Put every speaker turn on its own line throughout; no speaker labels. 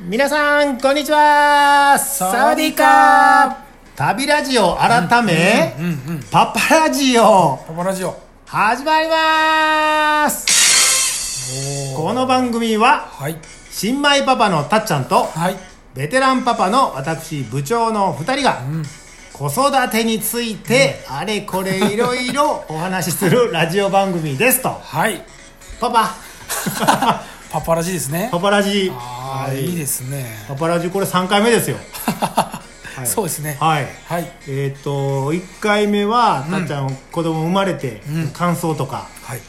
皆さんこんにちはサワディーカー旅ラジオ改め、パパラジオ
パパラジオ
始まりますこの番組は
はい
新米パパのたっちゃんと
はい
ベテランパパの私部長の2人が、子育てについて、あれこれいろいろ お話しするラジオ番組ですと
はい
パ パ
パパラジですね
パパラジ
ああ、
はい
い、いですね、
パパラジこれ3回目ですよい
そうですね
はい
はい
えっ、と1回目はたっちゃん、子供生まれて、感想とか
はい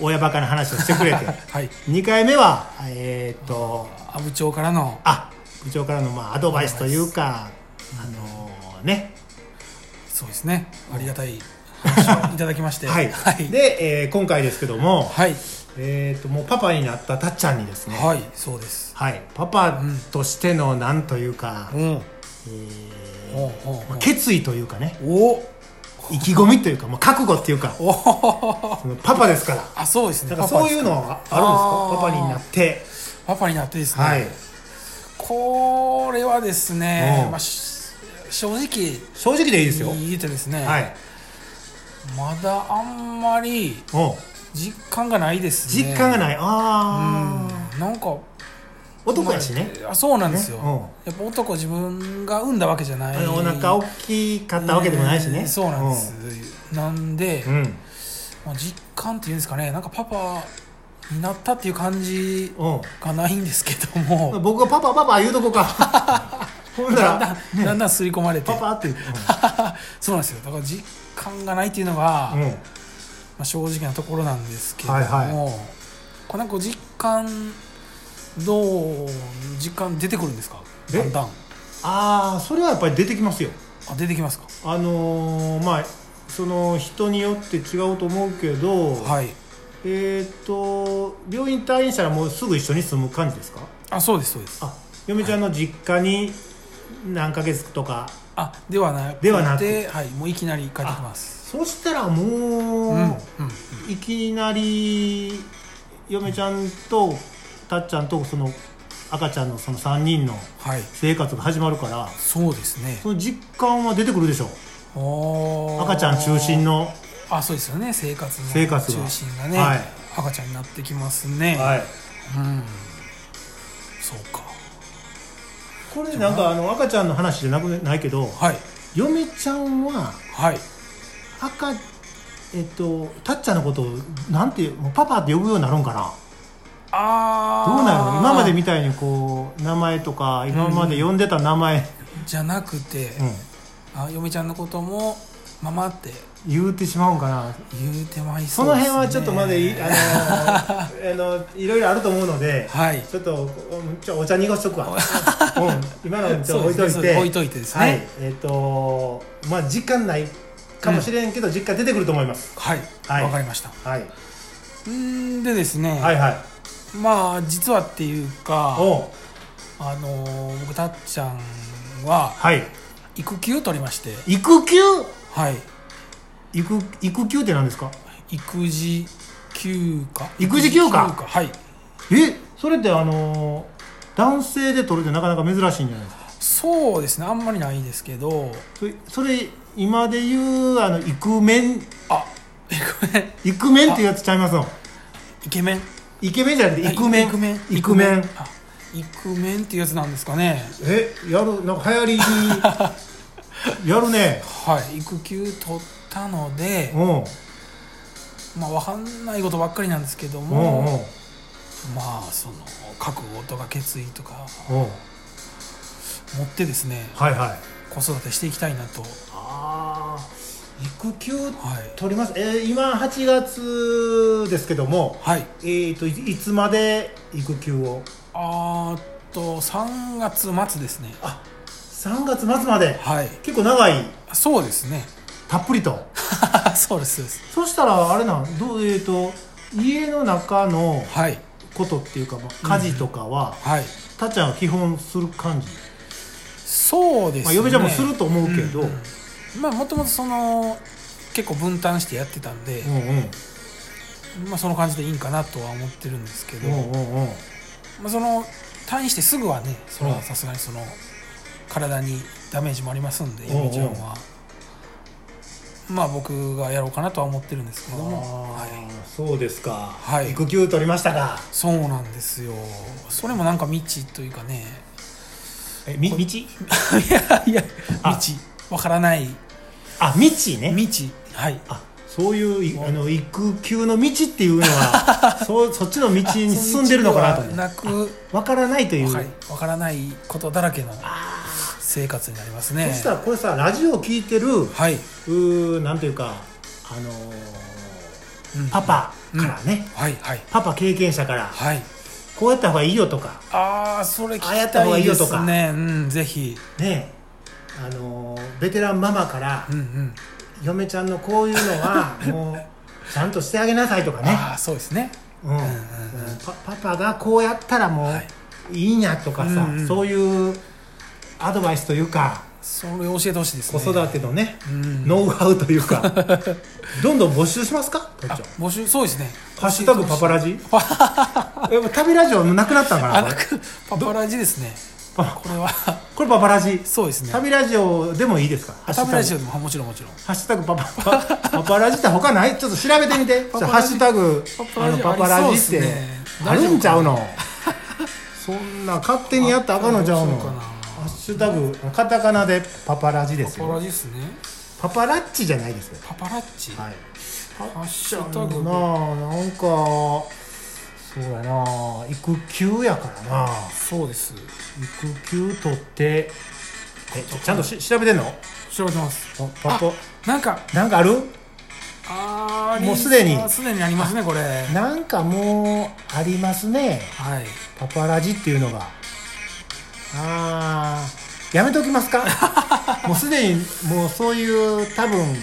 親バカな話をしてくれて
はいはい
2回目はえっ、と
阿武町からの
あ部長からのまあアドバイスというかあのーね
そうですねありがたい話をいただきまして
はい、
はい
で、えー今回ですけども、
はい、
えっ、ともうパパになったたっちゃんにですね
はい、そうです
はい、パパとしてのなんというか、
うんおう
え
おうおう
ーまあ決意というかね
お
意気込みというか、まあ、覚悟っていうか
おお
そのパパですから
あそうですね
だからそういううのはあるんですか
あー
パパになって
パパになってですね、
はい
これはですね
う、ん
まあ、し正直
正直でいいですよ
言えてですね、
はい
まだあんまり
おう
実感がないですね
実感がない
うん
ああ
なんか
男やしね
あそうなんですよ、
ね
やっぱ男自分が産んだわけじゃない
お腹大きかったわけでもないし
え
ね
ーそうなんです、なんで、
うんうん
まあ、実感っていうんですかねなんかパパになったっていう感じ
うん
がないんですけども
僕がパパパパ言うと こかほんな
だんだ
ら
んだんだん吸い込まれて
パパって言う
そうなんですよだから実感がないっていうのが、
うん
ま
うん
あ、正直なところなんですけども、
はいは
これなんか実感どう実感出てくるんですか
え
だんだん
ああそれはやっぱり出てきますよ
あ出てきますか
あのーまあその人によって違うと思うけど、
はい
えっ、と病院退院したらもうすぐ一緒に住む感じですか
あそうですそうです
あ嫁ちゃんの実家に何ヶ月とか、
あではなく
ではなく
はい、もういきなり帰ってきます
そしたらもう、
うんうん
いきなり嫁ちゃんとたっちゃんとその赤ちゃんのその3人の
はい
生活が始まるから
そうですね
その実感は出てくるでしょ
おー
赤ちゃん中心の、
あそうですよね生活の
生活が
中心がね、
はい
赤ちゃんになってきますね、
はい、
うんそうか
これなんかあの赤ちゃんの話じゃなくないけど
はい
嫁ちゃんは
はい
赤えっとたっちゃんのことをなんてもうパパって呼ぶようになるんかな
ああ
どうなるの今までみたいにこう名前とか今まで呼んでた名前、
じゃなくて、
うん
あ嫁ちゃんのこともママって
言うてしまうんかな
言うてまい
そ
そう
の
です、ね、
辺はちょっとまだいあのあのいろいろあると思うので、
はい
ちょっとうんちょお茶濁しとくわ、うん、今のちょっと置いとい
そうです
て
ね置いといてですね
はいえっ、とまあ時間ないかもしれんけど、実家出てくると思います、
はい
はい
わかりました
はい、
うんでですね、
はいはい
まあ実はっていうか
おう
あのー僕たっちゃんは
はい
育休取りまして
育休
はい
育育休って何ですか
育児休暇
育児休暇
はい
えそれってあのー男性で取るってなかなか珍しいんじゃないですか
そうですねあんまりないですけど
それそれ今で言うあのイクメン
あごめん
イクメンっていうやつちゃいますの
イケメン
イケメンじゃなくてイクメン
イクメン
イクメン
あイクメンっていうやつなんですかね
えやるなんか流行り やるね
はい育休取ったので
うん
まあわかんないことばっかりなんですけど
うん
もまあその覚悟とか決意とか
うんうん
持ってですね
はいはい
子育てしていきたいなとは
ああ育休
い
取りますえー今8月ですけども
はい
えっ、といいつまで育休を
あーっと3月末ですね
あ3月末まで
はい
結構長い
そうですね
たっぷりと
そうですそうです
そしたらあれなんどうえっ、と家の中の
はい
ことっていうか、まあ、家事とかは、
はい
たっちゃんは基本する感じ
そうですね
まあ、嫁ちゃんもすると思うけど、うん
んまあもともとその結構分担してやってたんで、
うん
まあ、その感じでいいんかなとは思ってるんですけど、
うんうんうん
まあ、その退院してすぐはねそれ
う
は
ん
さすがにその体にダメージもありますんで
おうおう
ゆみちゃんはまあ僕がやろうかなとは思ってるんですけども、
あ
はい、
ーそうですか、
はい
育休取りましたか
そうなんですよそれもなんか未知というか ね
えみ道
いやいや
あ
未知わからない
あ道ね
未知はい
あそういういあの育休の道っていうの はそうそっちの道に進んでるのかなと思って
なく
わからないという、
はい、わからないことだらけの生活になりますね。
そしたらこれさラジオを聞いてるう
はい、
ーなんというかあのー
うん
パパからね、
はいはい
パパ経験者から
はい。
こうやった方がいいよとか
ああそれ聞き
あやった方
た
がい
い
いよ
で
と
す
か
ね。うんぜひ
ねあのーベテランママから
うんうん。
嫁ちゃんのこういうの はもうちゃんとしてあげなさいとかね、
ああそうですね。
うん
うん
パパパがこうやったらも
は
ういいんやとかさ、
うんうん
そういうアドバイスというか
それ教えてほしいです
子
ね。
育てのね、
うん
ノウハウという かどんどん募集しますかこっ
あ
ち
募集そうですね。
ハッシュタグパパラジえもう旅ラジオもなくなったんか
あ
な
な
これ
くパパラジですね。
あ
これは
これパパラジ
そうですね。
旅ラジオでもいいですかハッシュタ
食
グ
べラジオでももちろんもちろん。
ハッシュタグパパパ パパラジって他ないちょっと調べてみて
パパラジ
ハッシュタグ
パパラジ
あのパパラジって
ありそうっすね
あるんちゃう のそんな勝手にやったらあかんのちゃうの
あそうかな
ハッシュタグカタカナでパパラジです
パパラ
よ
ジですね。
パパラッチじゃないですよ
パパラッチ。
はい
ハッシ
な
ュタグで
あなんかそうやな育休やからな
そうです。
育休取ってえちょちゃんとし調べてんの
調べてます。
パパ
なんか
なんかある
あー
もうすでに
あすでにありますねこれは
なんかもうありますね
い
パパラジっていうのがあーやめとき ますかもうすでにもうそういう多分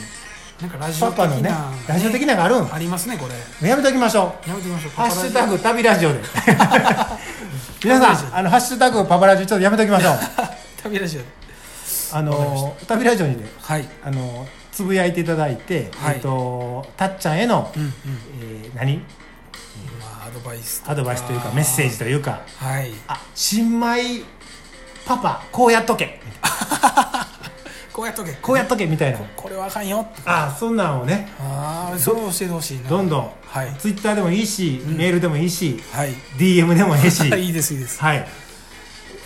なんかラジ
パ
オ的
パ
な
のねラジオ的なのがあるん
ありますねこれ
やめときましょう
やめてみましょう
ハッシュタ
グ
グ旅ラジ オで皆さんあのハッシュタグパパラジオちょっとやめときましょう
旅ラジオ
あの旅ラジオにね
はい
あのつぶやいていただいて、
はい
えっとたっちゃんへの、
うんうん
えー何
まあアドバイスとか
アドバイスというかメッセージというか
はい
あ新米パパこうやっとけ
こうやっとけ
こうやっとけみたいな
これはあかんよって
あそんなんをね
ああそう教えてほしいな
どん
ん
どん、
はい
ツイッターでもいいし、メールでもいいし
はい
DM でもいいし
いいですいいです
はい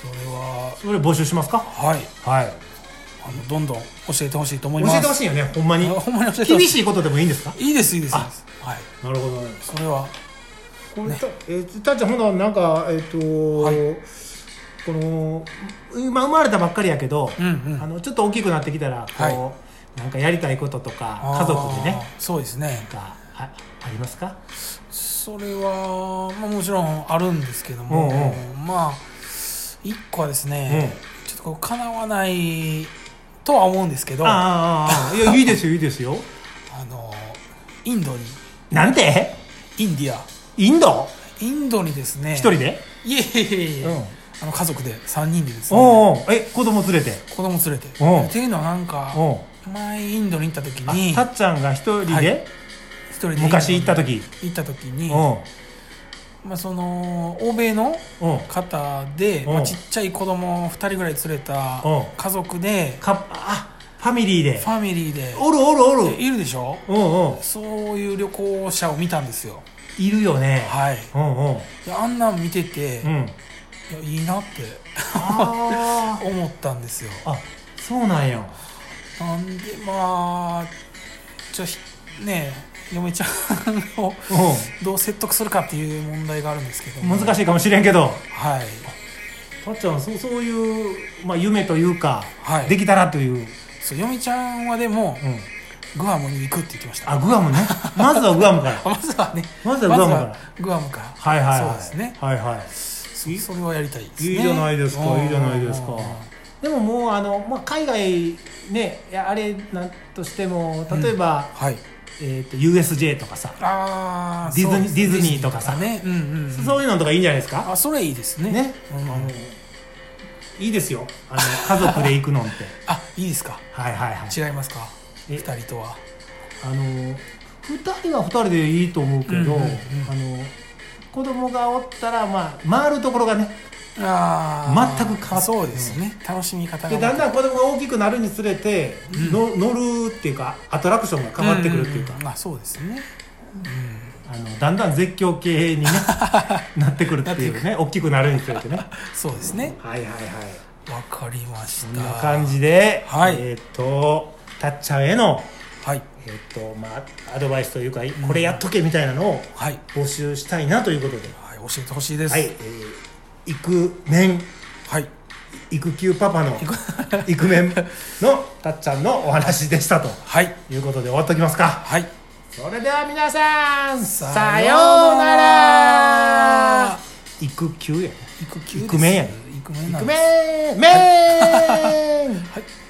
それは
それ募集しますか
はい
はい
あのどんどん教えてほしいと思い
教
ます
えてほしいよねほんまに
あほんまに教えて
厳
ほしい
しいことでもいいんですか
いいですいいですいいですはい
なるほど
それは
これ、たえーたっちゃんほななんかえっ、と
はい
この今生まれたばっかりやけど、
うんうん
あのちょっと大きくなってきたらこう、
は
なんかやりたいこととか
あー
家族でね
そうですね
なんかあありますか
それは、まあ、もちろんあるんですけども、
う
まあ一個はですね、ちょっとこう叶わないとは思うんですけどあ
ああああいや いいですよいいですよ
のインドに
なんて
インディア
インド
インドにですね
一人で、
いえいえいえいえ、
うん
あの家族で3人でですね
おうおうえ子供連れて
子供連れて
おう
っていうのはなんか
おう
前インドに行った時
あ
に
たっちゃんが一人で、
はい一人でインドに
昔行った時
行った時に、
おう
まあ、その欧米の
おう
方で、
うん
まあ、ちっちゃい子供2人ぐらい連れた
うん
家族で
かあファミリーで
ファミリーで
おるおるおる
いるでしょ
おうんうん
そういう旅行者を見たんですよ
いるよね
はい
うんうん
であんなん見てて、
う
い
ん
やいいなって
あ
思ったんですよ
ー あそうなんよ
なんでまあじゃあひねえ嫁ちゃんを
う
どう説得するかっていう問題があるんですけど
ん難
しい
しいかもしれんけど
はい
たっちゃんそうそういう、まあ、夢というか、
はい
できたらという、
そう嫁ちゃんはでも
うん、
グアムに行くって言ってました
あグアムねまずはグアムから
まずはね
まずはグアムから
まずはグアムから
はいはいはい
そうですね
はいはい
そそれはやりたいですね
いいじゃないですか
うん
いいじゃないですか
うん
でももうあの、まあ、海外ねいやあれなんとしても例えば、
はい
えー、と USJ とかさ、
あー
ディズニー
そうです
ディズニーとかさ
ねうんうんうん
そういうのとかいいんじゃないですか
あそれいいですね
ね、
うん
あのいいですよあ の家族で行くのって
あいいですか
はいはいはい
違いますか
え
二人とは
あの2人は2人でいいと思うけど、
うんうんうん
あの子供がおったらまあ回るところがね
あー
全く変わってない
そうですね楽しみ方
でだん
が
だん子供が大きくなるにつれて、の乗るっていうかアトラクションが変わってくるっていうか、
んんんあそうですね
あのだんだん絶叫系 に、ね、なってくるっていうね大きくなるにつれてね
そうですね
はいはいはい
わかりまし
こんな
た
感じで、
はい
えっ、とたっちゃんへの
はい
えっ、とまあアドバイスというかこれやっとけみたいなのを
はい、
募集したいなということで、
はい、教えてほしいです
はい、えー、イクメン
はい
育休パパ のイクメンのたっちゃんのお話でしたと
はい
いうことで終わっときますか
はい
それでは皆さんさ
さ
よ
よ
う
う
な
な
ら
ら
育休やね
育休です
イクメンやね
イクメン
イ
な
ク
んです
メンメン
はい